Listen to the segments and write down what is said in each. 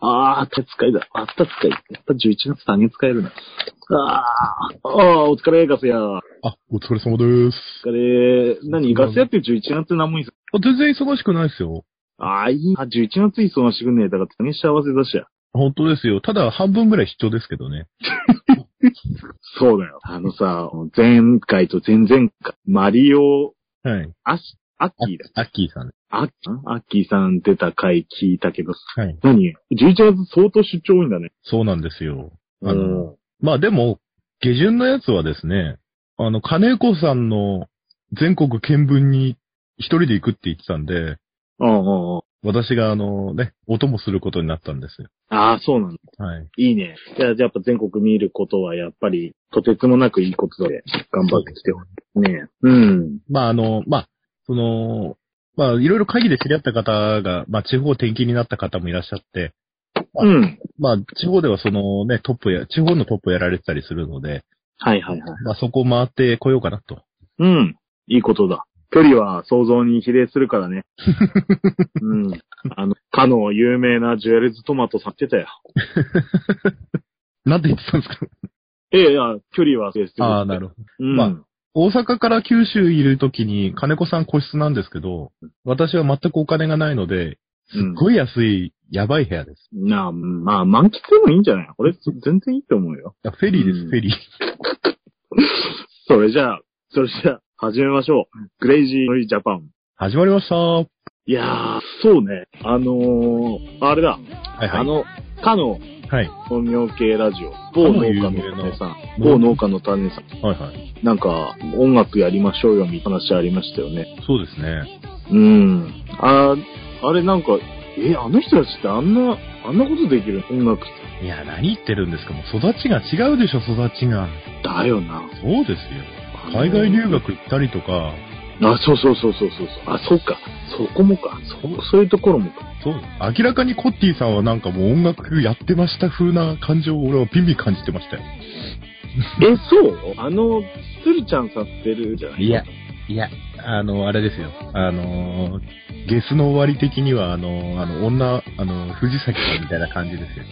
ああ、手使いだ。あった使い。やっぱ11月単元使えるな。ああ、ああ、お疲れ、ガス屋。おあ、お疲れ様です。疲れ。何ガス屋って11月何も忙しあ全然忙しくないですよ。ああ、いい。あ、11月忙しくねえ。だから単元幸せだしや。本当ですよ。ただ、半分ぐらい必要ですけどね。そうだよ。あのさ、前回と前々回、マリオ、はい。アシ、アッキーだ。アッキーさん。アッキーアッキーさん出た回聞いたけど、はい。何 ?11 月相当出張多いんだね。そうなんですよ。あうんの、まあでも、下旬のやつはですね、あの、金子さんの全国見聞に一人で行くって言ってたんで、うんうんうん。私があのね、音もすることになったんですよ。ああ、そうなんだ。はい。いいね。じゃあ、じゃあやっぱ全国見ることはやっぱり、とてつもなくいいことだね。頑張ってきてほしい。ねえうん。まああの、まあ、その、まあいろいろ会議で知り合った方が、まあ地方転勤になった方もいらっしゃって、うん。まあ地方ではそのね、トップや、地方のトップやられてたりするので、はいはいはい。まあそこを回ってこようかなと。うん。いいことだ。距離は想像に比例するから ね。うん。あの、かの有名なジュエルズトマトさんってたよ。なんて言ってたんですかええ、いや、距離は比例する。 ああ、なるほど。ほど。うん。まあ大阪から九州いるときに金子さん個室なんですけど、私は全くお金がないので、すっごい安い、やばい部屋です。なあ、まあ、満喫でもいいんじゃない俺、全然いいと思うよ。いやフェリーです、うんフェリー。それじゃあ、それじゃあ、始めましょう。クレイジーノイジャパン。始まりました。はいやー、そうね。あのー、あれだ。いはい。あ、の、かのはい。本名系ラジオ、某農家の種さん、某農家の種さん、はいはい。なんか音楽やりましょうよみたいな話ありましたよね。そうですね。うん。あ、あれなんか、え、あの人たちってあんな、あんなことできる音楽いや、何言ってるんですかもう育ちが違うでしょ、育ちが。だよな。そうですよ。海外留学行ったりとか、あ、そうそうそうそうそうそう。あ、そうか。そこもか。そ、そういうところもか。そう、明らかにコッティさんはなんかもう音楽やってました風な感情を俺はビンビン感じてましたよ。え、そうあの、つるちゃんさんってるじゃないいや、いや、あの、あれですよ。あのー、ゲスの終わり的には、あのー、あの、女、あの、藤崎さんみたいな感じです よ。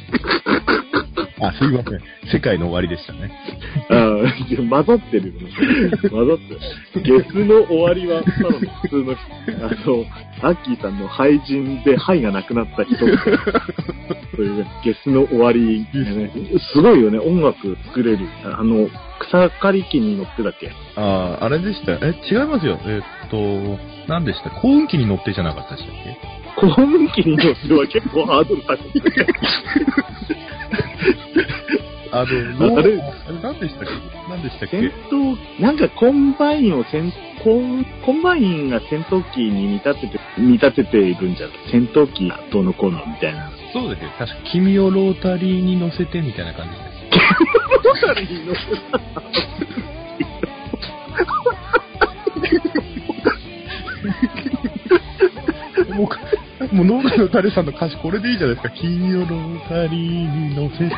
あ、すいません。世界の終わりでしたね。あー混ざってるよね。混ざってる。月の終わりは、ただの普通の人。あの、アッキーさんの廃人で肺がなくなった人。そういうね、ゲスの終わり、ね。すごいよね、音楽作れる。あの、草刈り機に乗ってだっけああ、あれでした。え、違いますよ。えっと、何でした幸運期に乗ってじゃなかったでしたっけ幸運機に乗っては結構ハードル高い。 ああの、あれあれ何でしたっけ何でしたっけ戦闘、なんかコンバインを戦、コンコンバインが戦闘機に見立てて、見立てているんじゃない戦闘機がどうのこうのみたいな。そうですよ。確か、君をロータリーに乗せてみたいな感じです。もう、もう農家のタレさんの歌詞これでいいじゃないですか。金曜ロータリーに乗せて。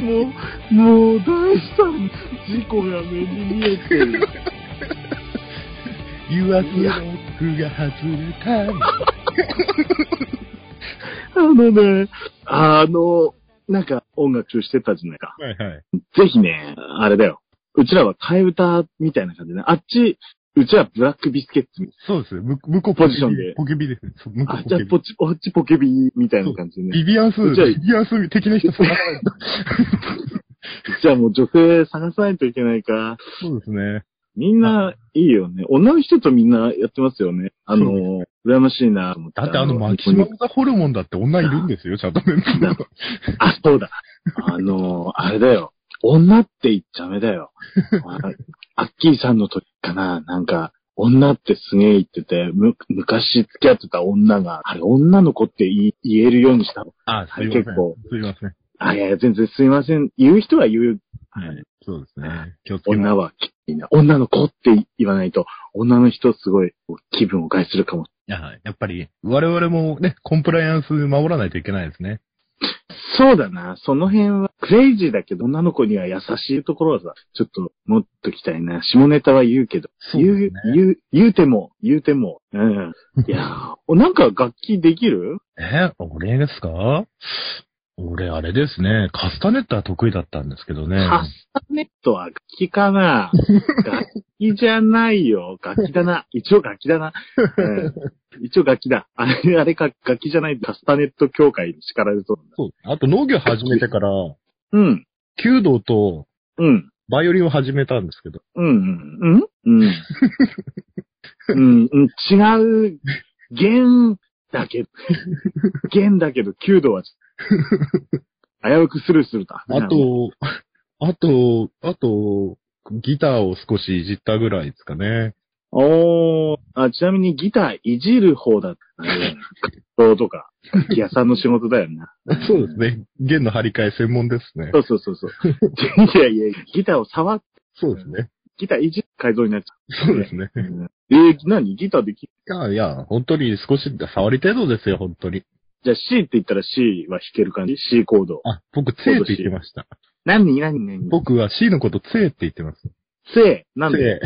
もう、もう、大さん、事故が目に見えてる。誘惑ロックが外れた。あのね、あの、なんか音楽中してたじゃないか。はいはい。ぜひね、あれだよ。うちらは替え歌みたいな感じでね。あっち、うちらブラックビスケッツみたいそうです。む向こうポジションでポケビです。そう向こな。あう、じゃポあケビポ。チ、こっちポケビみたいな感じでね。ビビアンス、うちはビビアンス的な人探さ ないと。じゃあもう女性探さないといけないか。そうですね。みんな、いいよね。女の人とみんなやってますよね。あの、羨ましいなと思って。だってあの、マキシマムザホルモンだって女いるんで すよ、ちゃんとメンバーだ あ、そうだ。あの、あれだよ。女って言っちゃダメだよ。あアッキーさんの時かな、なんか、女ってすげえ言ってて、む、昔付き合ってた女が、あれ女の子って言い言えるようにしたの。あ、すいません。結構。すいません。あ、いやいや、全然すいません。言う人は言う。はい。そうですね。気をつけます女は、みんな、女の子って言わないと、女の人すごい気分を害するかも。いや、やっぱり、我々もね、コンプライアンス守らないといけないですね。そうだな。その辺は、クレイジーだけど、女の子には優しいところはさ、ちょっと持っときたいな。下ネタは言うけど。そうだね言う、言う、言うても、言うても。うん。いやーおなんか楽器できるえ、俺ですか俺、あれですね、カスタネットは得意だったんですけどね。カスタネットは楽器かな楽器じゃないよ。楽器だな。一応楽器だな。うん一応楽器だ。あれ、あれか、楽器じゃないカスタネット協会に叱られそうなんだ。そう。あと農業始めてから、うん。弓道とうん。バイオリンを始めたんですけど。うん。うん。うん。うん。うん。違う。弦だ けど。弦だけど、弓道は。危うくスルーすると。あ、と、あと、あと、ギターを少しいじったぐらいですかね。。おーあ、ちなみにギターいじる方だったね。活動とか、楽器屋さんの仕事だよな そうですね。弦の張り替え専門ですねそ。うそうそうそう。いやいや、ギターを触って、そうですね。ギターいじる改造になっちゃそうですね。う。えー、何ギターできいや、いや、本当に少し、触り程度ですよ、本当に。じゃあ C って言ったら C は弾ける感じ ?C コード。あ、僕、つえって言ってました。何何何僕は C のことつえって言ってます。せなんでで、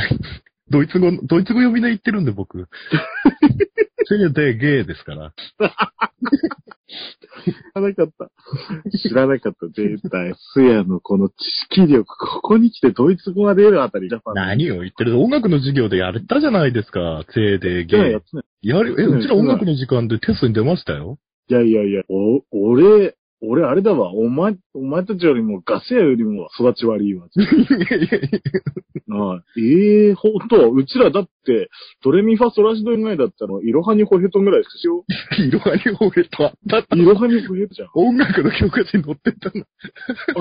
ドイツ語、ドイツ語読みで言ってるんで、僕。せいでゲーですから。知らなかった。知らなかった。絶対。スヤのこの知識力、ここに来てドイツ語が出るあたり、ジャパン。何を言ってる音楽の授業でやれたじゃないですか。せいでゲいややーっ。てないやる、え、うんうちら音楽の時間でテストに出ましたよ。いやいやいや、お、俺、俺あれだわ。お前、お前たちよりもガセよりも育ち悪いわ。 ああええほんと、うちらだって、ドレミファソラシド以外だったら、イロハニホヘトンぐらいですよ。いろはにほえとあったったイロハニホヘトじゃん。音楽の教科書に載ってたの。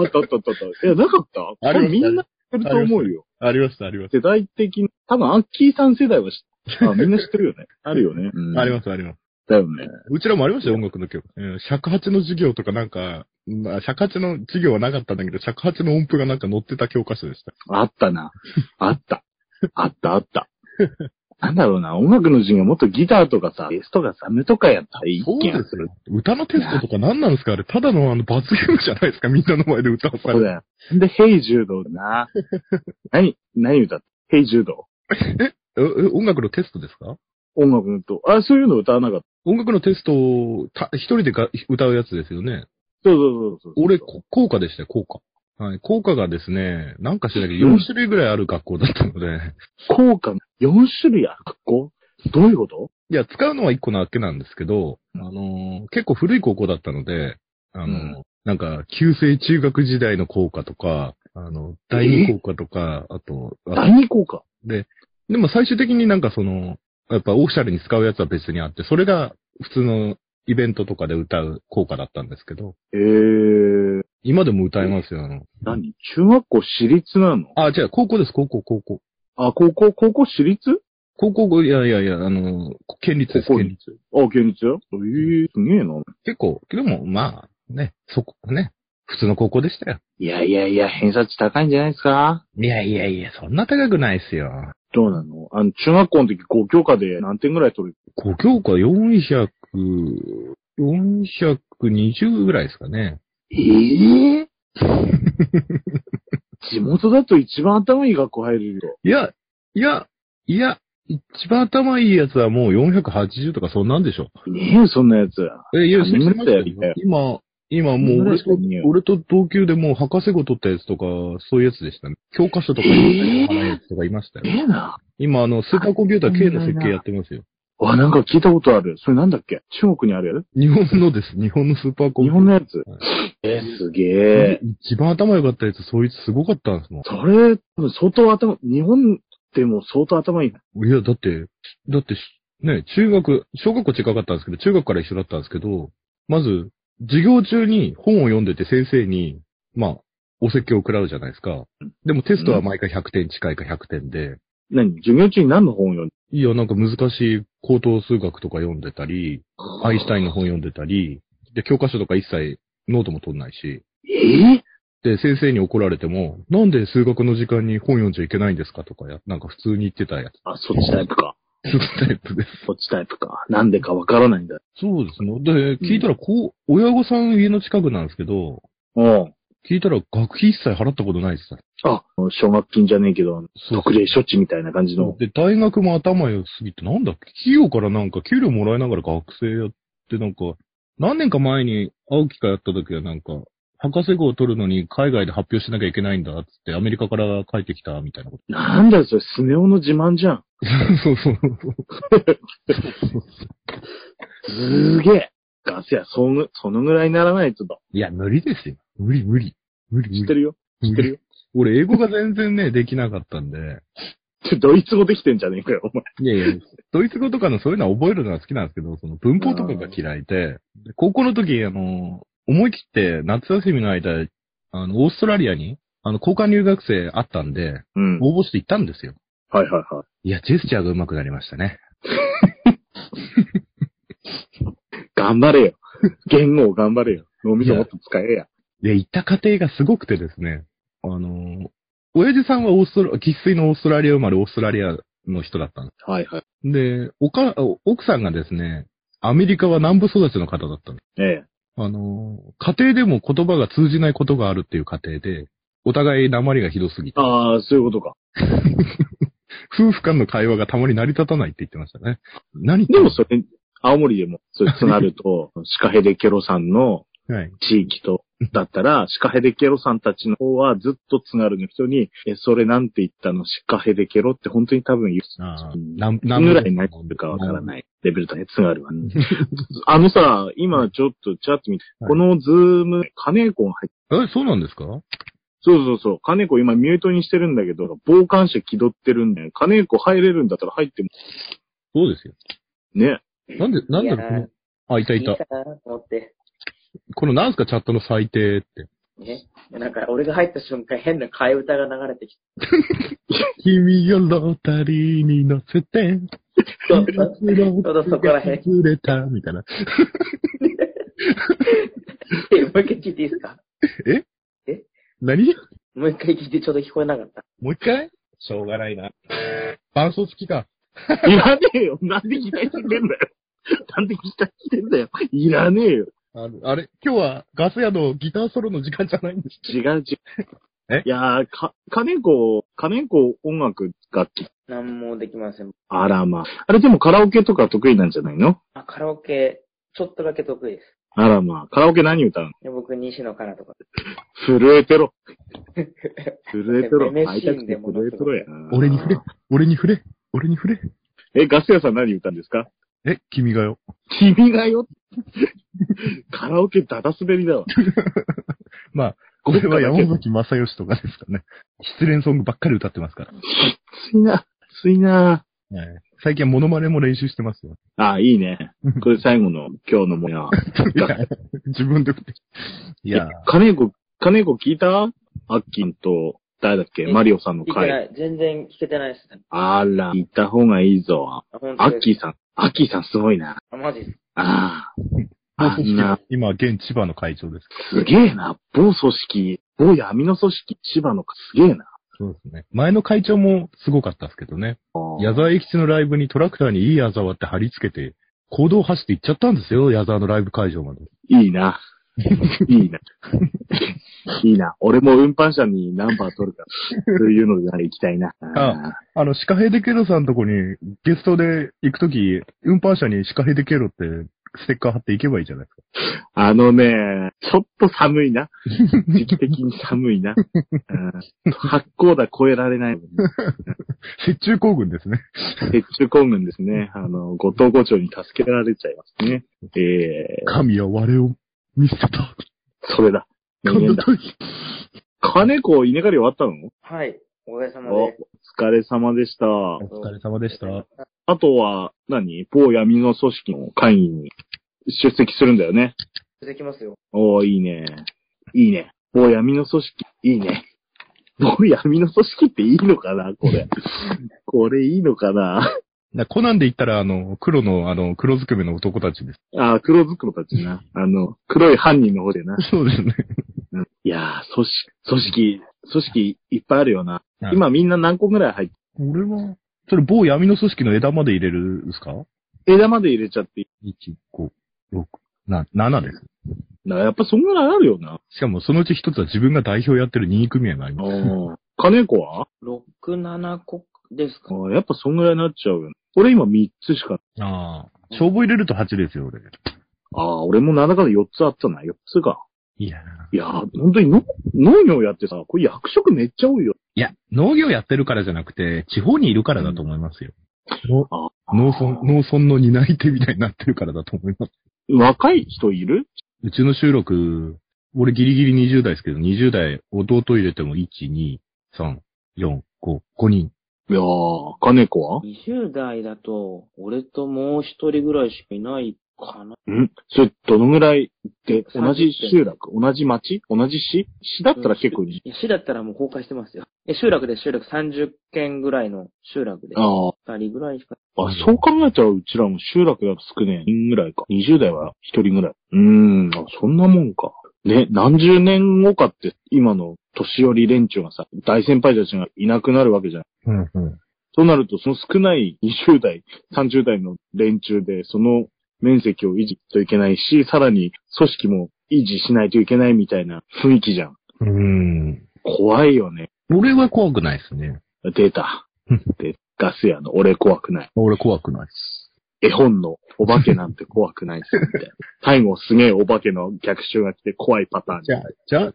あったあったあったあった。いや、なかったありましたみんな知ってると思うよ。ありました、ありまし世代的に。多分、アッキーさん世代は知ってる。あ、みんな知ってるよね。あるよね。た。 ありまます、あります。す。だよね。うちらもありましたよ、音楽の教科書。うん尺八の授業とかなんか、まあ尺八の授業はなかったんだけど、尺八の音符がなんか載ってた教科書でした。あったな。あった。あったあった。なんだろうな、音楽の授業もっとギターとかさ、ベースとかサムとかやったらいいそう気でがすよ。歌のテストとか何なんですかあれ、ただのあの罰ゲームじゃないですかみんなの前で歌わさそうれだよ。で、ヘイジュードだな。何、何歌ってヘイジュード。ええ音楽のテストですか音楽のと、あ、そういうの歌わなかった。音楽のテストをた一人でが歌うやつですよね。そうそうそうそう。俺、こ効果でしたよ、効果。はい、効果がですね、なんかしらんけど、4種類ぐらいある学校だったので、効果4種類ある学校どういうこといや、使うのは1個なわけなんですけど、あのー結構古い高校だったので、あのーうんなんか、旧制中学時代の効果とか、あの、第二効果とか、あと、あと第二効果。でも最終的になんかその、やっぱオフィシャルに使うやつは別にあって、それが普通のイベントとかで歌う効果だったんですけど、えー、今でも歌えますよ、あの。何中学校私立なのあ、違う、高校です、高校、高校。あ、高校、高校私立高校、いやいやいや、あの、県立です、高校県立。あ、県立よ。えー、すげえな。結構、でもまあ、ね、そこ、ね、普通の高校でしたよ。いやいやいや、偏差値高いんじゃないですかいやいやいや、そんな高くないですよ。どうなのあの、中学校の時5教科で何点ぐらい取る5教科400、420ぐらいですかね。ええ 地元だと一番頭いい学校入れるよ。いや、いや、いや、一番頭いいやつはもう480とかそんなんでしょ。いねえよ、そんなやつ。え、いや、あみんなだよみんな今、今もうみんな俺しかといねえよ、俺と同級でもう博士号取ったやつとか、そういうやつでしたね。教科書とかに載ってるやつとかいましたねよ。えな。今、あの、スーパーコンピューター K の設計やってますよ。わ、なんか聞いたことある。それなんだっけ中国にあるやつ日本のです。日本のスーパーコン日ピュー本のやつはい。えすげえ。一番頭良かったやつ、そいつすごかったんですもそれ、多分相当頭、日本でも相当頭いいな。ん。いや、だって、だってし、ね、中学、小学校近かったんですけど、中学から一緒だったんですけど、まず、授業中に本を読んでて先生に、まあ、お説教を食らうじゃないですか。でもテストは毎回100点近いか100点で、何授業中に何の本を読んでいや、なんか難しい高等数学とか読んでたり、アインシュタインの本読んでたり、で、教科書とか一切ノートも取んないし、ええで、先生に怒られても、なんで数学の時間に本読んじゃいけないんですかとかや、なんか普通に言ってたやつ。あ、そっちタイプか。そういうタイプです。そっちタイプか。なんでかわからないんだ。そうですね。で、聞いたら、こう、親御さん家の近くなんですけど、うん。聞いたら学費一切払ったことないです。あ、奨学金じゃねえけど、そう特例処置みたいな感じの。で、大学も頭良すぎて、なんだっけ、企業からなんか給料もらいながら学生やって、なんか、何年か前に会う機会あった時はなんか、博士号を取るのに海外で発表しなきゃいけないんだっつって、アメリカから帰ってきたみたいなこと。なんだよ、それ、スネ夫の自慢じゃん。そうそう そう。すげえ。ガスや、その、そのぐらいにならないとだ。いや、無理ですよ。無理無理。無理無理。知ってるよ。知知ってるよ。俺、英語が全然ね、できなかったんで。ドイツ語できてんじゃねえかよ、お前。いやいや、ドイツ語とかのそういうのは覚えるのは好きなんですけど、その文法とかが嫌いで、で高校の時、あの、思い切って夏休みの間、あの、オーストラリアに、あの、交換留学生あったんで、うん。応募して行ったんですよ。はいはいはいや、ジェスチャーが上手くなりましたね。い。頑張れよ。言語を頑張れよ。脳みそもっと使えや。で、行った過程がすごくてですね、あの、親父さんはオーストラ、喫水のオーストラリア生まれオーストラリアの人だったんではいはい。す。で、おか、奥さんがですね、アメリカは南部育ちの方だったんですええ。あの、家庭でも言葉が通じないことがあるっていう家庭で、お互い訛りがひどすぎて、ああ、そういうことか。 夫婦間の会話がたまに成り立たないって言ってましたね。何でもそれ、青森でも、それつなると、シカヘデケロさんのれ、はい。地域と、だったら、シカヘデケロさんたちの方はずっとつなるの人に、え、それなんて言ったのシカヘデケロって本当に多分言ああう。うんなん、何ぐらいになってるかわからい。ないレベルだね、つがるわね。 あのさ、今ちょっとチャット見て、はいこのズーム、金子が入って、え、そうなんですかはそうそうそう、金子今ミュートにしてるんだけど、傍観者気取ってるんだよ。金子入れるんだったら入っても、そうですよ。 ね。なんで、なんだいやろう、この、あ、いたいいたい。かなと思って。このなんすかチャットの最低って。ね。なんか、俺が入った瞬間、変な替え歌が流れてき君がロータリーに乗せ て、た。そうそううだそこら辺触れた、みたいな。えもう一回聞いていいですか何もう一回聞いてちょうど聞こえなかった。もう一回しょうがないな。伴奏付きか。いらねえよ。なんで期待してんだよ。なんで期待してんだよ。いらねえよ。あのあれ、今日はガス屋のギターソロの時間じゃないんです。違う違う。えいやー、か、金子、金子音楽楽器。なんもできません。あらまあ。あれでもカラオケとか得意なんじゃないのあ、カラオケ、ちょっとだけ得意です。あらまあ。カラオケ何歌うので僕、西野カナとか。震えてろ。震えてろ。めめ会いしたいくんてで震えてろや。俺に触れ、俺に触れ、俺に触れ。え、ガス屋さん何歌うんですかえ、君がよ。君がよ。 カラオケダダ滑りだわ。まあ、これは山崎正義とかですかね。失恋ソングばっかり歌ってますから。熱いな。熱いな。はい最近はモノマネも練習してますよ。あ、いいね。これ最後の今日のもや。いや 自分で振って。いや、金子、金子聞いたアッキンと、誰だっけえマリオさんの聞けてな回。い。全然聞けてないです。あら、聞いた方がいいぞ。あ、本ア当ッキーさん、アッキーさんすごいな。あ、マジです。あ あ。放あ送んな室、今、現千葉の会長です。すげえな。某組織、某闇の組織、千葉の、すげえな。そうですね。前の会長もすごかったですけどね。矢沢永吉のライブにトラクターにいい矢沢って貼り付けて、行動走って行っちゃったんですよ、矢沢のライブ会場まで。いいな。いいな。いいな。俺も運搬車にナンバー取るから、そういうので行きたいな。ああの、シカヘデケロさんのとこにゲストで行くとき、運搬車にシカヘデケロってステッカー貼っていけばいいじゃないですか。ああのね、ちょっと寒いな。時期的に寒いな。うん八甲田超えられない。雪中行軍ですね。鉄柱工軍ですね。あの、後藤五長に助けられちゃいますね。えー、神は我を見捨てた。それだ。人間だ。神の金子稲刈り終わったのはい。おかげさまおで。疲れ様でした。大お疲れ様でした。あとは何、某闇の組織の会議に出席するんだよね。できますよ。おー、いいね。いいね。某闇の組織、いいね。某闇の組織っていいのかなこれ。これいいのかななコナンで言ったら、あの、黒の、あの、黒ずくめの男たちです。あー、黒ずくろたちな。あの、黒い犯人の方でな。 そうですね。うんいやー、組織、組織、組織いっぱいあるよな。はい今みんな何個ぐらい入って俺は、それ某闇の組織の枝まで入れるんですか枝まで入れちゃっていい ?1、5、6、な、7です。な。やっぱそんぐらいあるよな。しかもそのうち一つは自分が代表やってる任意組合があります。金子は6、7個ですあかーやっぱそんぐらいになっちゃうよね。俺今3つしか。ああ。消防入れると8ですよ、俺。ああ、俺も7から4つあったな。4つか。いやーいやー、本当にの農業やってさ、これ役職めっちゃ多いよ。いや、農業やってるからじゃなくて、地方にいるからだと思いますよ。のあ農村、農村の担い手みたいになってるからだと思います。若い人いるうちの収録、俺ギリギリ20代ですけど、20代弟入れても1、2、3、4、5、5人。いやー、金子は ?20 代だと、俺ともう一人ぐらいしかいないかな。んそれ、どのぐらいで、 30同じ集落同じ町同じ市市だったら結構いい。いや、市だったらもう崩壊してますよ。え、集落で集落30軒ぐらいの集落で、あー二人ぐらいしか。あ、そう考えたらうちらも集落だと少ねえ。人ぐらいか。20代は1人ぐらい。うーん、あそんなもんか。ね、何十年後かって、今の年寄り連中がさ、大先輩たちがいなくなるわけじゃん。うんうん。となると、その少ない20代、30代の連中で、その面積を維持しないといけないし、さらに組織も維持しないといけないみたいな雰囲気じゃん。うーん。怖いよね。俺は怖くないですね。出 た。で、ガス屋の俺怖くない。俺怖くないです。絵本のお化けなんて怖くないっすみたいな。最後すげえお化けの逆襲が来て怖いパターン。じゃあ、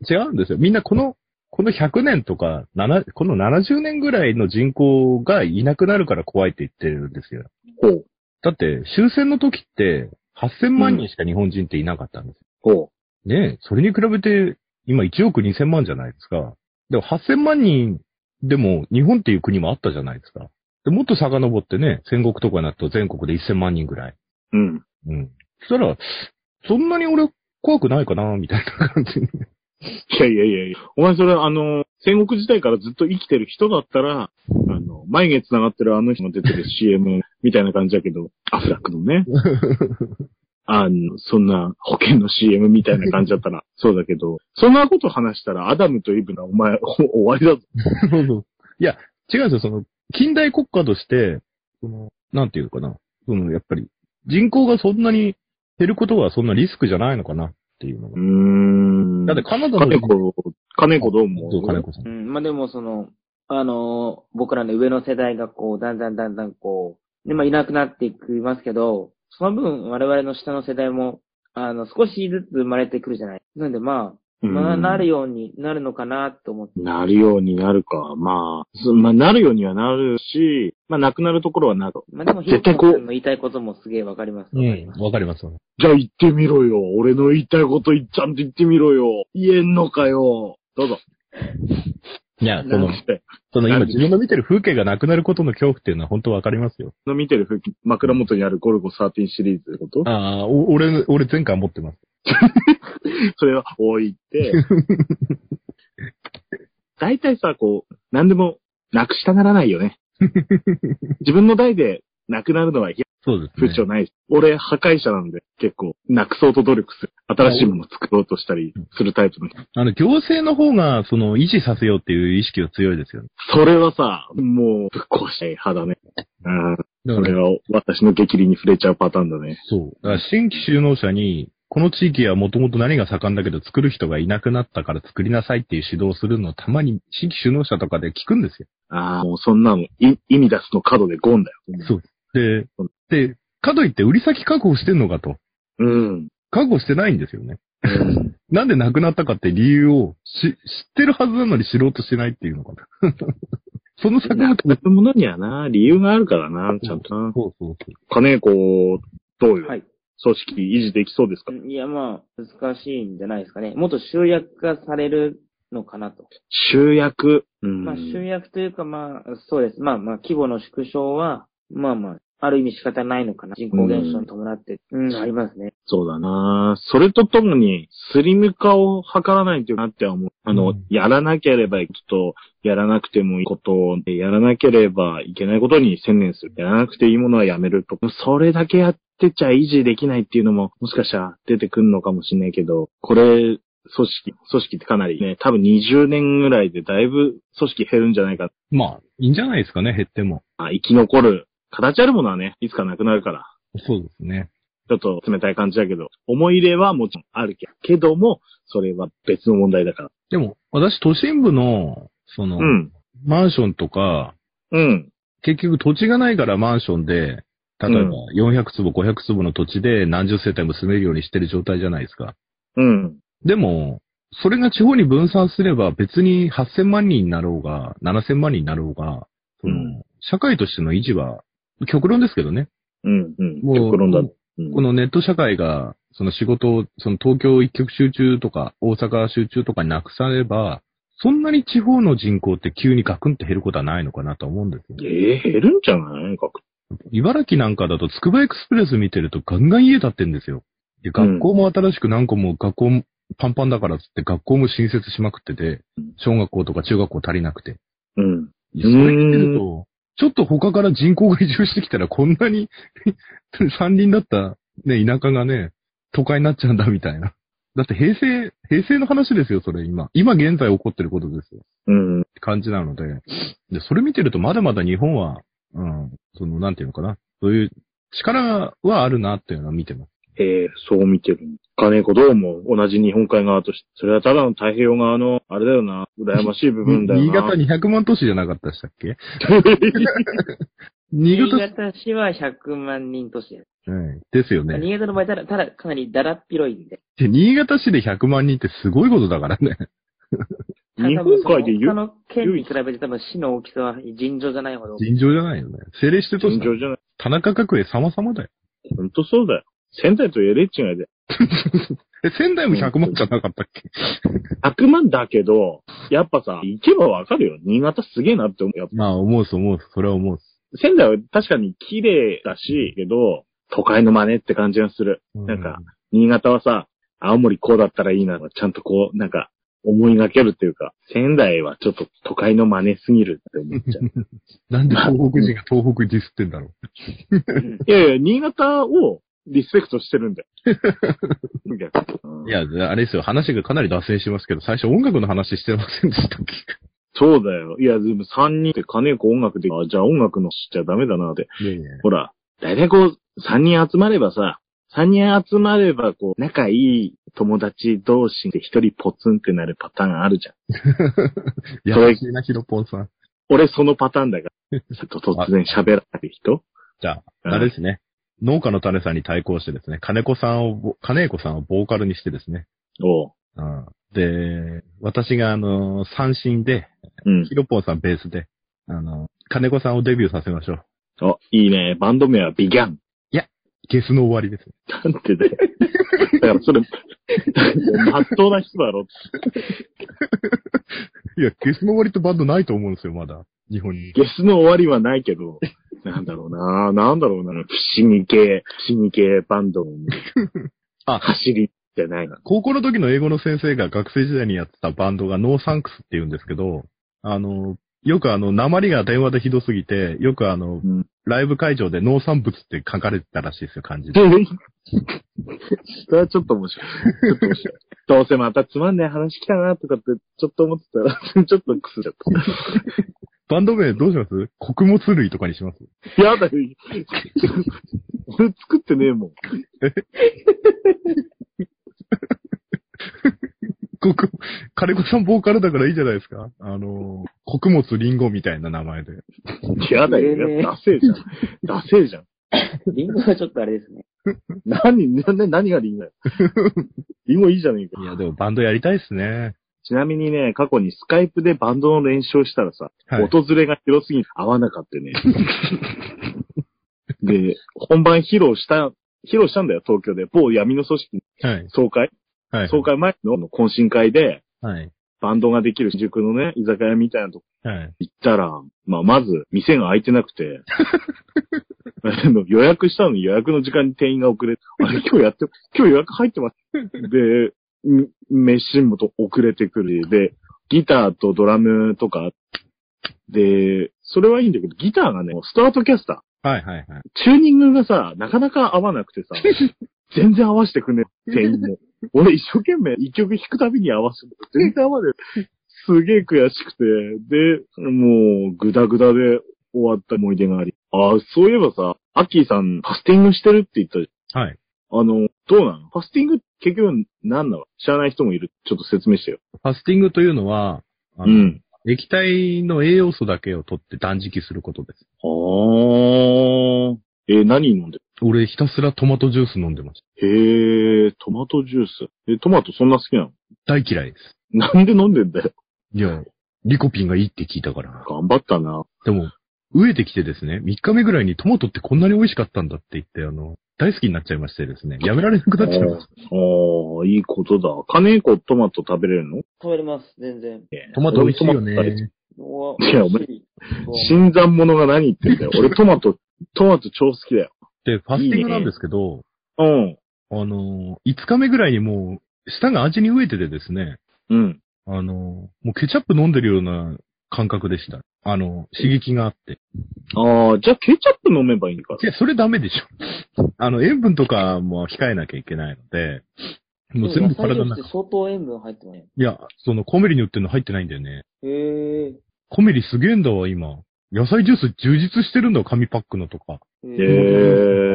じゃあ、違うんですよ。みんなこの、この100年とか、7この70年ぐらいの人口がいなくなるから怖いって言ってるんですよ。ほう、だって、終戦の時って、8000万人しか日本人っていなかったんですよ。ほねえそれに比べて、今1億2000万じゃないですか。でも8000万人でも日本っていう国もあったじゃないですか。でもっと遡ってね、戦国とかになると全国で1000万人ぐらい。う。うん。うん。そしたら、そんなに俺怖くないかな、みたいな感じに。いやいやいやいや。お前それ、あの、戦国時代からずっと生きてる人だったら、あの、眉毛繋がってるあの人も出てる CM みたいな感じだけど、アフラックの ね。あの、そんな保険の CM みたいな感じだったら、そうだけど、そんなこと話したらアダムとイブがお前、お終わりだぞ。そうそう。いや、違うんですよ。その、近代国家として、その、なんていうかな。その、やっぱり、人口がそんなに減ることはそんなリスクじゃないのかなっていうのうーが。ん。だってカナダの金子、金子どう思どう金う子さんう。ん、まあでもその、あのー僕らの上の世代がこう、だんだんだんだんこう、ね、まあいなくなっていきますけど、その分我々の下の世代も、あの、少しずつ生まれてくるじゃない。なんでまあ、まあなるよ。ようになるのかなと思って。なるようになるか。まあ、そまあ、なるようにはなるし、まあ、なくなるところはなる。まあでも、ヒ絶ロさ対んこのう、言いたいこともすげえわかります。うん、わかりますよね。じゃあ言ってみろよ。俺の言いたいこと言っちゃんと言ってみろよ。言えんのかよ。どうぞ。いや、そのなん、てそのな今んで自分の見てる風景がなくなることの恐怖っていうのは本当わかりますよ。の見てる風景、枕元にあるゴルゴ13シリーズってことああ、お俺、俺前回持ってます。それは置いて。大体さ、こう、何でもなくしたがらないよね。自分の代でなくなるのは嫌 そうですね。風潮ないです。俺、破壊者なんで、結構、なくそうと努力する。新しいものを作ろうとしたりするタイプの人。あの、行政の方が、その、維持させようっていう意識は強いですよね。それはさ、もう、ぶっ壊したい派だ ね。うん。だそかられ、は、私の激励に触れちゃうパターンだね。そう。だから新規就農者に、この地域はもともと何が盛んだけど作る人がいなくなったから作りなさいっていう指導をするのをたまに新規就農者とかで聞くんですよ。ああ、もうそんなの、い意味出すの角でゴンだよ。そう。で、で、かといって売り先確保してんのかと。うん。確保してないんですよね。なんで亡くなったかって理由をし知ってるはずなのに知ろうと してないっていうのかな。その作物なくなるものにはな、理由があるからな、ちゃんとな。そうそうそう。金子、どうよ、はい。組織維持できそうですかいや、まあ、難しいんじゃないですかね。もっと集約化されるのかなと。集約。うん。まあ、集約というか、まあ、そうです。まあまあ、規模の縮小は、まあまあ、ある意味仕方ないのかな。人口減少に伴って。うん、ありますね。そうだなそれとともに、スリム化を図らないといけないなって思う。あの、うんやらなければいいこと、やらなくてもいいことを、やらなければいけないことに専念する。やらなくていいものはやめるとか。それだけやってちゃ維持できないっていうのも、もしかしたら出てくるのかもしれないけど、これ、組織、組織ってかなりね、多分20年ぐらいでだいぶ組織減るんじゃないか。まあ、いいんじゃないですかね、減っても。まあ、生き残る、形あるものはね、いつかなくなるから、そうですね。ちょっと冷たい感じだけど、思い入れはもちろんあるけども、それは別の問題だから。でも、私、都心部の、その、うん。マンションとか、うん。結局土地がないからマンションで、例えばうん400坪、500坪の土地で何十世帯も住めるようにしてる状態じゃないですか。うん。でも、それが地方に分散すれば別に8000万人になろうが、7000万人になろうが、そのうん社会としての維持は、極論ですけどね。うん。うん。もう極論だ。うんこのネット社会が、その仕事を、その東京一極集中とか、大阪集中とかになくされば、そんなに地方の人口って急にガクンと減ることはないのかなと思うんですよえ。ー、減るんじゃないか。茨城なんかだと、つくばエクスプレス見てるとガンガン家建ってんですよ。で、学校も新しく何個も学校もパンパンだからっつって学校も新設しまくっててうん、小学校とか中学校足りなくて。うん。それ見てると、ちょっと他から人口が移住してきたらこんなに 山林だったね、田舎がね、都会になっちゃうんだみたいな。だって平成、平成の話ですよ、それ今。今現在起こってることですよ。うん。って感じなので、で、それ見てるとまだまだ日本は、うん、その、なんていうのかな、そういう力はあるなっていうのは見てます。えー、そう見てる。金子どうも同じ日本海側として、それはただの太平洋側の、あれだよな、羨ましい部分だよな。新潟200万都市じゃなかったでしたっ け新新潟、潟市は100万人都市です。うん、ですよね。新潟の場合ただ、ただかなりだらっ広いんで。で新潟市で100万人ってすごいことだから ね。日本海で言他う、の県に比べて多分市の大きさは尋常じゃない ほど。尋常じゃないよね。政令してとし尋たら常じゃない。田中角栄様々だよ。ほんとそうだよ。仙台とえれ違いで。え、仙台も100万じゃなかったっ け100万だけど、やっぱさ、行けばわかるよ。新潟すげえなって思う。やっぱまあ、思うっす、思うっす。それは思うっす。仙台は確かに綺麗だし、けど、都会の真似って感じがする。うなん か、新潟はさ、青森こうだったらいいな、ちゃんとこう、なんか、思いがけるっていうか、仙台はちょっと都会の真似すぎるって思っ ちゃう。なんで東北人が東北ディスってんだろう。うんいやいや、新潟をリスペクトしてるんだよ。 いやいや、あれですよ、話がかなり脱線しますけど、最初音楽の話してませんでしたっけそうだよ。いや、でも3人って金子音楽で、あじゃあ音楽のしちゃダメだなって。いやいやほら、大体こう、3人集まればさ、3人集まれば、こう、仲いい友達同士で1人ポツンってなるパターンあるじゃん。 やらしいな、ヒロポンさん。俺そのパターンだから、ちょっと突然喋らない人じゃうあ、んあれですね。農家の種さんに対抗してですね、金子さんをボ、金子さんをボーカルにしてですね。を、うん、で、私があの、三振で、うんヒ。ロポンさんベースで、あの、金子さんをデビューさせましょう。お、いいね。バンド名はビギャン。ゲスの終わりです。なんてね。 だからそれ、 まっとうな人だろ。いや、ゲスの終わりってバンドないと思うんですよ、まだ。日本に。ゲスの終わりはないけど、なんだろうななんだろうな不思議系、不思議系バンドのあ走りじゃないな。高校の時の英語の先生が学生時代にやってたバンドがノーサンクスって言うんですけど、あの、よくあの、鉛が電話でひどすぎて、よくあのう、ん。ライブ会場で農産物って書かれてたらしいですよ、漢字で。 それはちょっと面白い。ちょっと面白い。どうせまたつまんない話来たなとかって、ちょっと思ってたら、 ちょっとくすっちゃっバンド名どうします穀物類とかにしますた。やだよ。俺作ってねえもん。穀、金子さんボーカルだからいいじゃないですかあの、穀物リンゴみたいな名前で。やだよ。言えねえやダセえじゃん。ダセえじゃん。リンゴはちょっとあれですね。何、何何がリンゴだよ。リンゴいいじゃねえか。いや、でもバンドやりたいですね。ちなみにね、過去にスカイプでバンドの練習をしたらさ、はい。訪れが広すぎて合わなかったね。で、本番披露した、披露したんだよ、東京で。某闇の組織はい。総会はい。総会前の懇親会で、はい。バンドができる新宿のね、居酒屋みたいなとこはい。行ったら、まあ、まず、店が開いてなくて、 あの予約したのに予約の時間に店員が遅れて、あ れ、今日やって、今日予約入ってます。で、ん飯もと遅れてくる。で、ギターとドラムとか、で、それはいいんだけど、ギターがね、スタートキャスタはい。はい。はー、い。チューニングがさ、なかなか合わなくてさ、全然合わせてくんねえ、店員も。俺一生懸命一曲弾くたびに合わせて、全然合わない。すげえ悔しくて、で、もう、ぐだぐだで終わった思い出があり。ああ、そういえばさ、アッキーさん、ファスティングしてるって言ったじはい。ゃんあの、どうなのファスティングって結局何なの知らない人もいる。ちょっと説明してよ。ファスティングというのは、あうのん。液体の栄養素だけを取って断食することです。ああ。えー何飲んで俺ひたすらトマトジュース飲んでましるへえ、トマトジュース。え、トマトそんな好きなのた。大嫌いです。なんで飲んでんだよ。いや、リコピンがいいって聞いたから。頑張ったな。でも、飢えてきてですね、3日目ぐらいにトマトってこんなに美味しかったんだって言って、あの、大好きになっちゃいましてですね、やめられなくなっちゃいましあーあー、いいことだ。金子トマト食べれるの食べれます、全然。た。トマト美味しいよね。おいやお前新参者が何言ってん だよ。俺トマト、トマト超好きだよ。で、ファスティングなんですけど、うん。あの、5日目ぐらいにもう、舌が味に飢えててですね、うん。あの、もうケチャップ飲んでるような感覚でした。あの、刺激があって。ああ、じゃあケチャップ飲めばいいのか。いや、それダメでし ょ。あの、塩分とかも控えなきゃいけないので、もう全部体の中。い相当塩分入ってない。や、その、コメリに売ってるの入ってないんだよね。へえ。コメリすげえんだわ、今。野菜ジュース充実してるんだわ、紙パックのとか。へええ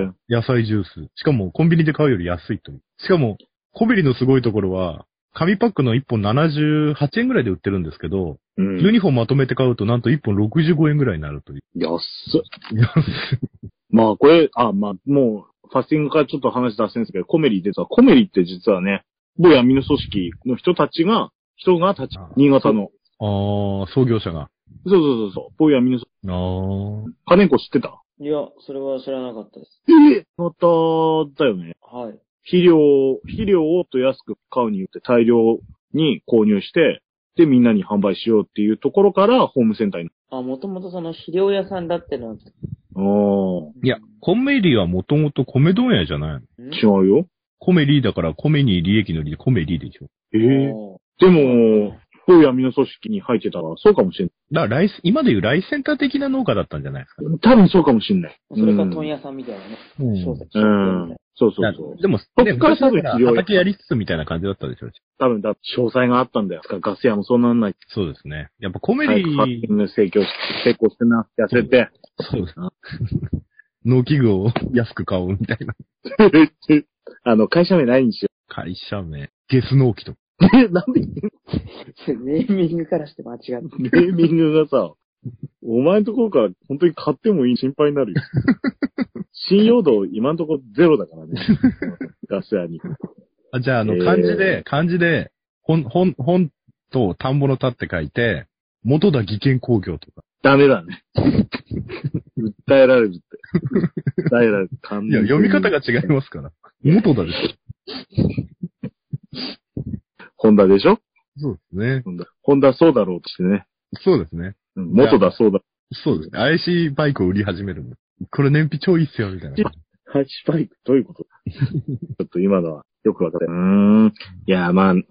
ー。野菜ジュース。しかも、コンビニで買うより安いという。しかも、コメリのすごいところは、紙パックの1本78円ぐらいで売ってるんですけど、うん。 12本まとめて買うと、なんと1本65円ぐらいになるという。 安っ。まあこれ、あ、まあもう、ファスティングからちょっと話出せるんですけど、コメリ出た。コメリって実はね、某闇の組織の人たちが、人が立ちあ、新潟の。ああ、創業者が。そうそうそうそう。某闇の組織。ああ。金子知ってたいや、それは知らなかったです。ええまた、だよね。はい。肥料を、肥料をと安く買うによって大量に購入して、で、みんなに販売しようっていうところから、ホームセンターに。あ、もともとその肥料屋さんだってのは。ああ、いや、コメリはもともと米問屋じゃないのうん、違うよ。コメリーだから米に利益の利でコメリーでしょ。ええおーでも、こういう闇の組織に入ってたら、そうかもしれだからライス、今でいうライスセンター的な農家だったんじゃないですか。ない。多分そうかもしれない。それかう問ん屋さんみたいなね。う小説。うん。そうそうそう。でも、ね、そっから多分昔だ強い畑やりつつみたいな感じだったでしょ。多分だ、詳細があったんだよ。ガス屋もそうなんない。そうですね。やっぱコメ早くファッリテー、ィング成功し、成功してな、痩せて。そうですな。農機具を安く買おうみたいな。あの、会社名何にしよ 会社名。ゲス農機とか。う。ねなんで ネーミングからして間違って。ネーミングがさ、お前のところから本当に買ってもいい心配になるよ。 信用度今のところゼロだからね。ガス屋に。あじゃあ、あえの、ー漢字で、漢字で、本、本、本と田んぼの田って書いて、元田技研工業とか。ダメだね。訴えられるって。訴えられる。完いや、読み方が違いますから。元田ですよ。ホンダでしょそうですね。ホンダ。ホンダそうだろうとしてね。そうですね。うん元だそうだ。そうですね。IC バイクを売り始めるの。これ燃費超いいっすよ、みたいな。ハッシュバイクどういうことちょっと今のはよくわかる。うーん。いや、まあ、ね、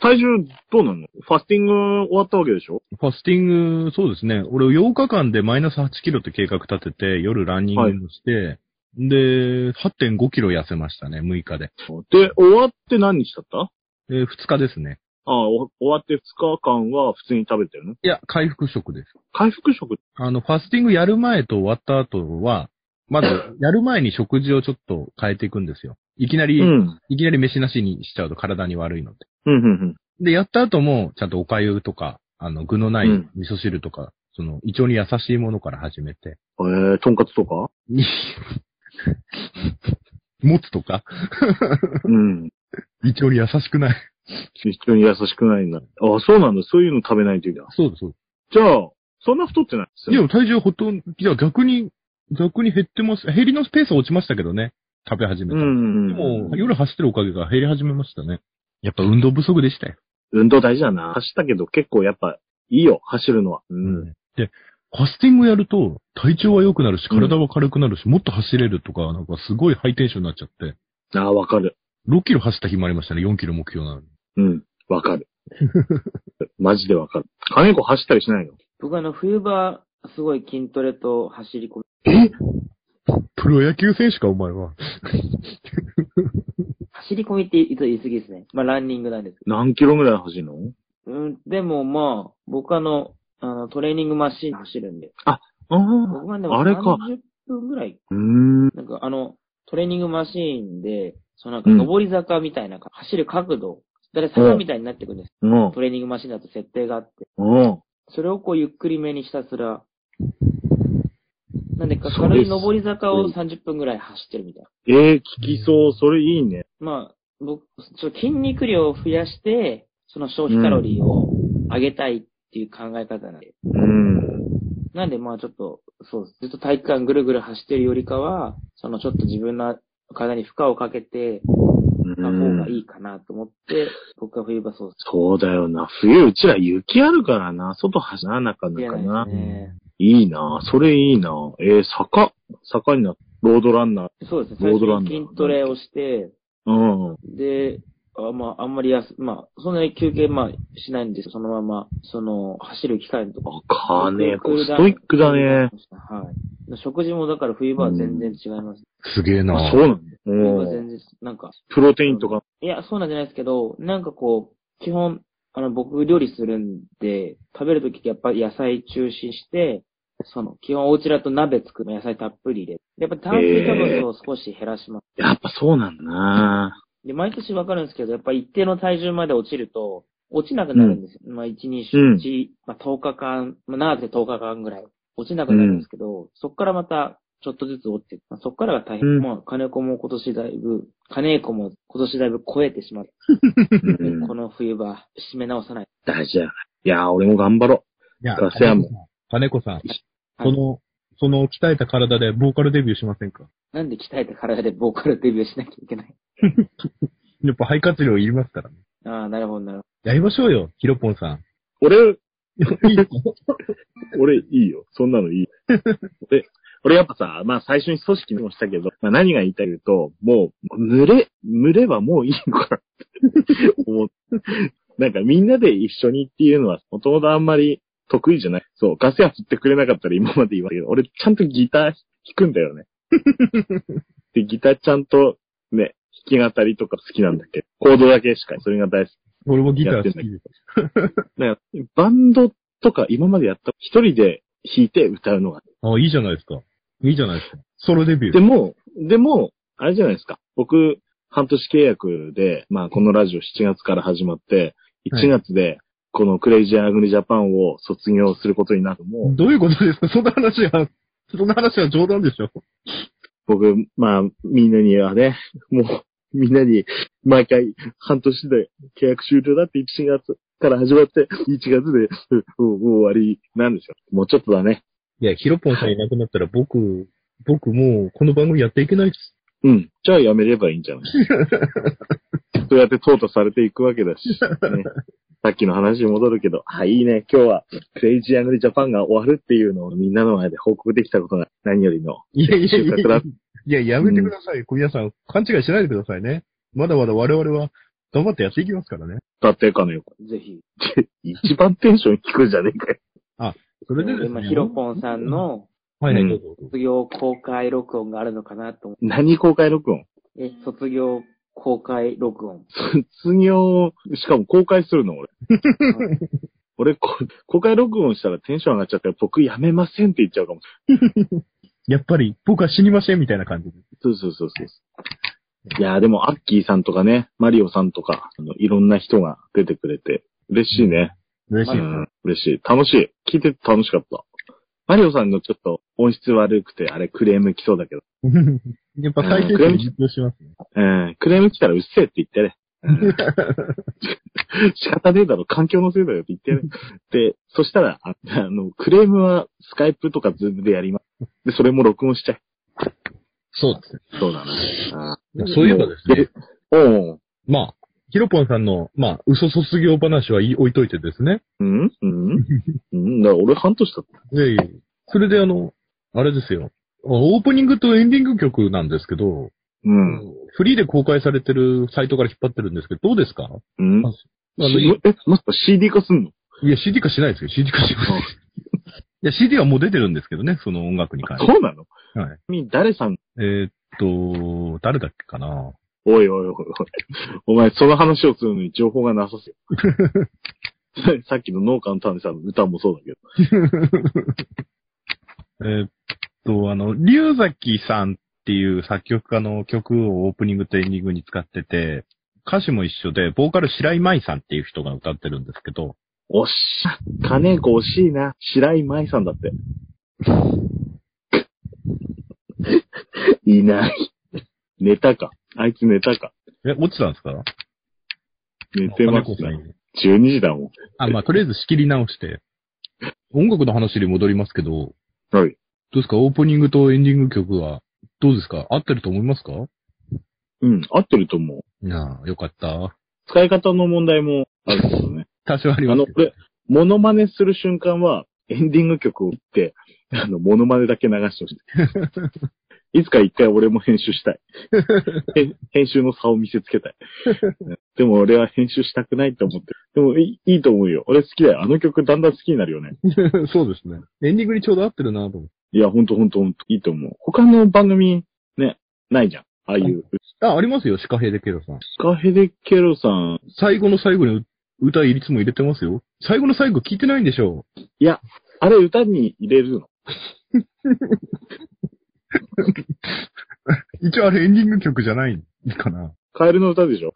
体重どうなのファスティング終わったわけでしょファスティング、そうですね。俺8日間でマイナス8キロって計画立てて、夜ランニングをして、で、8.5キロ痩せましたね、6日で。で、終わって何日だったえ2日ですね。ああ、お終わって2日間は普通に食べてるのいや、回復食です。回復食あの、ファスティングやる前と終わった後は、 まず、やる前に食事をちょっと変えていくんですよ。いきなうり、ん。いきなり飯なしにしちゃうと体に悪いので。うん、うん、で、やった後も、ちゃんとお粥とか、あの、具のないうん味噌汁とか、その、胃腸に優しいものから始 めて、うん。えー、とんかつとかにもつとか、うん。胃腸に優しくない。非常に優しくないな。ああ、そうなんだ。そういうの食べないといけない。そうそう。じゃあ、そんな太ってないですいよや、体重ほとんど、いや、逆に、逆に減ってます。減りのペースは落ちましたけどね。食べ始めうた。んうんでうん。も、夜走ってるおかげか減り始めましたね。やっぱ運動不足でしたよ。運動大事だな。走ったけど結構やっぱいいよ、走るのは。う。。うんで、ファスティングやると、体調は良くなるし、体は軽くなるし、もっと走れるとか、なんかすごいハイテンションになっちゃって、ああ、わかる。 6キロ走った日もありましたね、4キロ目標なのに。うん。わかる。 マジでわかる。金子走ったりしないの僕あの、冬場、すごい筋トレと走り込み。プロ野球選手か、お前は。走り込みって言うと言い過ぎですね。まあ、ランニングなんですけ何キロぐらい走るのど。うん、でもまあ、僕あの、あの、トレーニングマシーン走るんで。あ僕はでもあれか30分ぐらい、あ、うーん。なんかあの、トレーニングマシーンで、そのなんうんか上り坂みたいな、走る角度、だから坂みたいになってくるんです。うん。トレーニングマシーンだと設定があって。うん。それをこうゆっくりめにひたすら。なんでか軽い上り坂を30分ぐらい走ってるみたいな。ええ聞きそう。それいいね。まあ、僕、ちょっと筋肉量を増やして、その消費カロリーを上げたいっていう考え方なんで。うん。なんでまあちょっと、そうです、ずっと体育館ぐるぐる走ってるよりかは、そのちょっと自分の体に負荷をかけてうた方がんいいかなと思って、僕は冬場そうです。そうだよな。冬、うちら雪あるからな。外走らなかなかな。いねいいな。それいいな。えー、坂。坂になっロードランナー。そうですね。ロー最ドラン初ナーに筋トレをして、うん。で、あまあ、あんまりやす、まあ、そんなに休憩、まあ、しないんですそのまま、その、走る機会とか。あかねえ、クールダストウンイックだね。。はい。食事もだから冬場は全然違います。すげえなあそうなんだ。う冬場はん。全然、なんか、プロテインとか。いや、そうなんじゃないですけど、なんかこう、基本、あの、僕料理するんで、食べるときやっぱり野菜中心して、その、基本お家だと鍋作るの野菜たっぷり入れて。やっぱ炭水化物を少し減らします。やっぱそうなんだ な。で、毎年わかるんですけど、やっぱ一定の体重まで落ちると、落ちなくなるんですよ。まあ、1、2週、うん一まあ、10日間、まあ、長くて10日間ぐらい、落ちなくなるんですけど、そこからまた、ちょっとずつ落ちて、まあ、そこからが大変。うんまあ、金子も今年だいぶ、金子も今年だいぶ超えてしまって、うんこの冬場、締め直さない。大事だよ。いやー、俺も頑張ろいやガス屋も金子さん、はそい、の、その鍛えた体でボーカルデビューしませんかなんで鍛えた体でボーカルデビューしなきゃいけない。やっぱ肺活量いりますからね。ああ、なるほど、なるほやりましょうよ、ヒロポンさん。う。俺、俺いいよ。そんなのいい。俺、俺やっぱさ、まあ最初に組織にもしたけど、まあ何が言いたいかというと、もう、濡れ、濡ればもういいのかなって思う。なんかみんなで一緒にっていうのは、もともとあんまり得意じゃない。そう、ガスや振ってくれなかったら今まで言われるけど、俺ちゃんとギター弾くんだよね。で、ギターちゃんとね、弾き語りとか好きなんだっけど、コードだけしか、それが大好き。俺もギター好きです。なんかバンドとか今までやった、一人で弾いて歌うのが。あ、いいじゃないですか。いいじゃないですか。ソロデビュー。でも、でも、あれじゃないですか。僕、半年契約で、まあこのラジオ7月から始まって、はい1月で、このクレイジーアグリジャパンを卒業することになるも、どういうことですかそんな話は、そんな話は冗談でしょ僕、まあ、みんなにはね、 もう、みんなに、毎回、半年で契約終了だって1月から始まって、1月で、うんもう終わりなんですよ。もうちょっとだね。いや、ヒロポンさんいなくなったら僕、僕もうこの番組やっていけないです。うん。じゃあやめればいいんじゃないそうやって淘汰されていくわけだし、ね。さっきの話に戻るけど、あ、いいね。今日は、クレイジーアングリージャパンが終わるっていうのをみんなの前で報告できたことが何よりのいやいや収いや穫だ。いや、やめてください。皆さん、勘違いしないでくださいね。まだまだ我々は頑張ってやっていきますからね。だってかのよ。ど。ぜひ。一番テンション低くじゃねえかよ。 それでです今、ね。ヒロポンさんのはいはい、うんどうぞどうぞ。卒業公開録音があるのかなと思って。何公開録音え、卒業公開録音。卒業、しかも公開するの俺。俺こ、公開録音したらテンション上がっちゃったら僕やめませんって言っちゃうかもしやっぱり僕は死にませんみたいな感じで。れない。そうそうそうそう。いやーでも、アッキーさんとかね、マリオさんとか、あの、いろんな人が出てくれて、嬉しいね。嬉しい。うん、嬉しい。楽しい。聞いてて楽しかった。マリオさんのちょっと音質悪くて、あれクレーム来そうだけど。 やっぱ再生数に実況しますね。うん、クレーム来たらうっせえって言ってね。うん 仕方ねえだろ、環境のせいだよって言ってね。 で、そしたら、ああの、クレームはスカイプとかズームでやります。で、それも録音しちゃえ。そうですね。そうだな。あーそういえばですね。おうまあ、ヒロポンさんの、まあ、嘘卒業話はい置いといてですね。うんうんうんだから俺半年だった。で、それであの、あれですよ。オープニングとエンディング曲なんですけど、うん。フリーで公開されてるサイトから引っ張ってるんですけど、どうですかあうん。の、いしえ、マスター CD 化すんのや、CD 化しないですよ。CD 化します。 いや、CD はもう出てるんですけどね、その音楽に関して。そうなの。はい誰さんえーっと、誰だっけかなおいおいおいおい。お前、その話をするのに情報がなさすよ。 さっきの農家の種さんの歌もそうだけど。えーっと、あの、龍崎さんっていう作曲家の曲をオープニングとエンディングに使ってて、歌詞も一緒で、ボーカル白井舞さんっていう人が歌ってるんですけど、おっしゃ、金子惜しいな。白井舞さんだって。 いない。寝たか。あいつ寝たか。え、落ちたんですか寝てます金子さんね。に12時だもあ、まあ、とりあえず仕切り直して、音楽の話に戻りますけど、どん。はい。うですかオープニングとエンディング曲は、どうですか合ってると思いますかうん、合ってると思う。いやー、よかった。使い方の問題もあるけどね。多少ありあますの、こけど。れ、モノマネする瞬間は、エンディング曲を言って、あの、モノマネだけ流してほしい。いつか一回俺も編集したい。へ編集の差を見せつけたい。でも俺は編集したくないと思ってる。でもいいいいと思うよ。俺好きだよ。あの曲だんだん好きになるよね。 そうですね。エンディングにちょうど合ってるなと思って。いや、ほんとほんとほんと、いいと思う。他の番組、ね、ないじゃん。ああいう。あ、ありますよ、シカヘデケロさん。スカヘデケロさん、最後の最後に歌いつも入れてますよ。最後の最後聞いてないんでしょあれ歌に入れるのう。一応あれエンディング曲じゃないかな。カエルの歌でしょ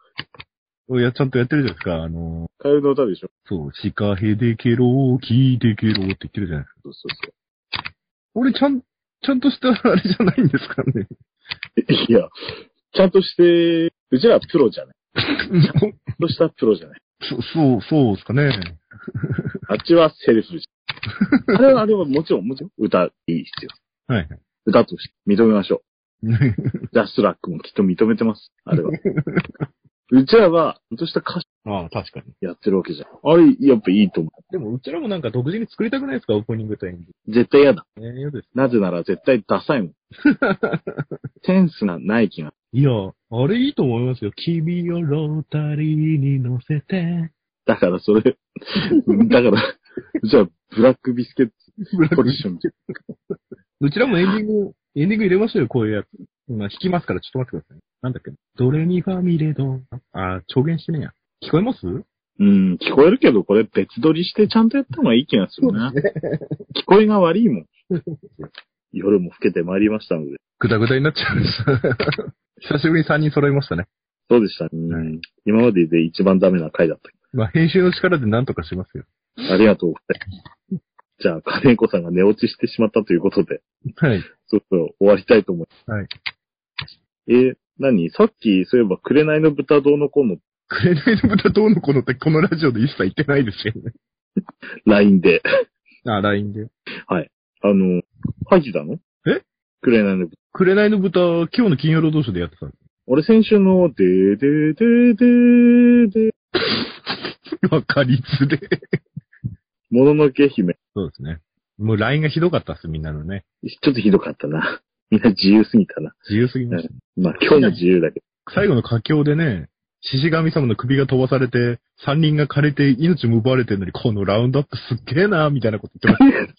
いや、ちゃんとやってるじゃないですか。あの、カエルの歌でしょそう、シカヘデケロ聞いてケロって言ってるじゃないですか。そうそうそう。俺ちゃん、ちゃんとしたあれじゃないんですか ね。いや、ちゃんとして、うちらはプロじゃない。ちゃんとしたプロじゃない。そそう、そうですかね。あっちはセルフじゃん。あれは、あれはもちろん、もちろん、歌いい必要。はい。歌として認めましょう。ジャストラックもきっと認めてます。あれは。うちらは、ちゃんとした歌詞 ああ、確かに。やってるわけじゃん。あれ、やっぱいいと思でも、うちらもなんか独自に作りたくないですかオープニングとエンディンう。絶対嫌だ。グ。ね嫌です。なぜなら絶対ダサいもん。センスがない気が。いや、あれいいと思いますよ。君をロータリーに乗せて。だからそれ、だから、じゃあ、ブラックビスケッツポジション。どちらもエンディン グ、エンディング入れましたよ、こういうやつ。今弾きますから、ちょっと待ってください。なんだっけドレミファミレド。あ、調弦してねえや。聞こえますうん、聞こえるけど、これ別撮りしてちゃんとやった方がいい気がするな。聞こえが悪いも ん。夜も更けてまいりましたので。ぐだぐだになっちゃうん です。久しぶりに3人揃いましたね。そうでした。うん、今までで一番ダメな回だっまあ、編集の力で何とかしますよ。た。ありがとうございます。じゃあ、金子さんが寝落ちしてしまったということで、はい。そろそろ終わりたいと思います。はい。えー何さっき、そういえば、紅の豚どうのこうのくれないの豚どうのこうのってこのラジオで一切言ってないですよね。 LINE で、あ、LINE で。あの、ハギだのえ紅の豚。くれないの豚、今日の金曜ロードショーでやってたんで俺先週の、でーでーでーでーでー、す。わかりづれ。もののけ姫。そうですね。もう LINE がひどかったっす、みんなのね。ちょっとひどかったな。 みんな自由すぎたな。自由すぎました。まあ今日も自由だけ最後の佳境でね、獅子神様の首が飛ばされて、山林が枯れて命も奪われてるのに、このラウンドアップすっげえなみたいなこと言ってました。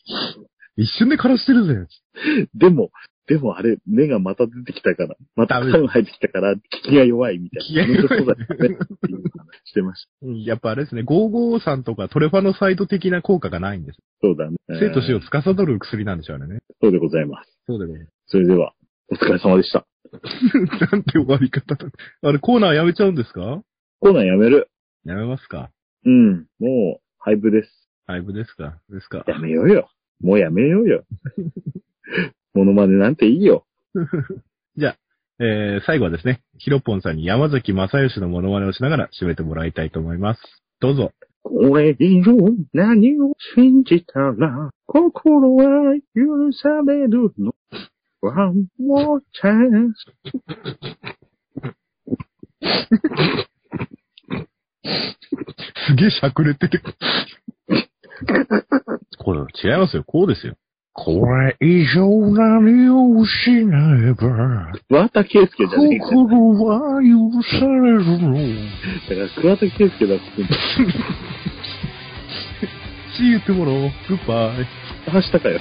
一瞬で枯らしてるぜ。ど。で も、でもあれ、目がまた出てきたから、またダメタイム入ってきたから、効きが弱いみたいな。効きが弱い本当そうだよね。っていう話してました。やっぱあれですね、55さんとかトレファのサイト的な効果がないんです。そうだね。 生と死うをん司る薬なんでしょうね。そうでございます。そうだね。それでは、お疲れ様でした。 なんて終わり方だ。あれ、コーナーやめちゃうんですかコーナーやめる。やめますかうん。もう、廃部です。ライブですかですかやめようよ。もうやめよう よ。モノマネなんていいよ。えー、最後はですね、ヒロポンさんに山崎正義のモノマネをしながら締めてもらいたいと思います。どうぞ。これ以上何を信じたら心は許されるの ?One more chance. すげえしゃくれて る。これ、違いますよ。こうですよ。これ以上何をしね ば、桑田圭介じゃねえかよ。心は許されるの。だから桑田圭介だって言って See you tomorrow. Goodbye. 橋高よ。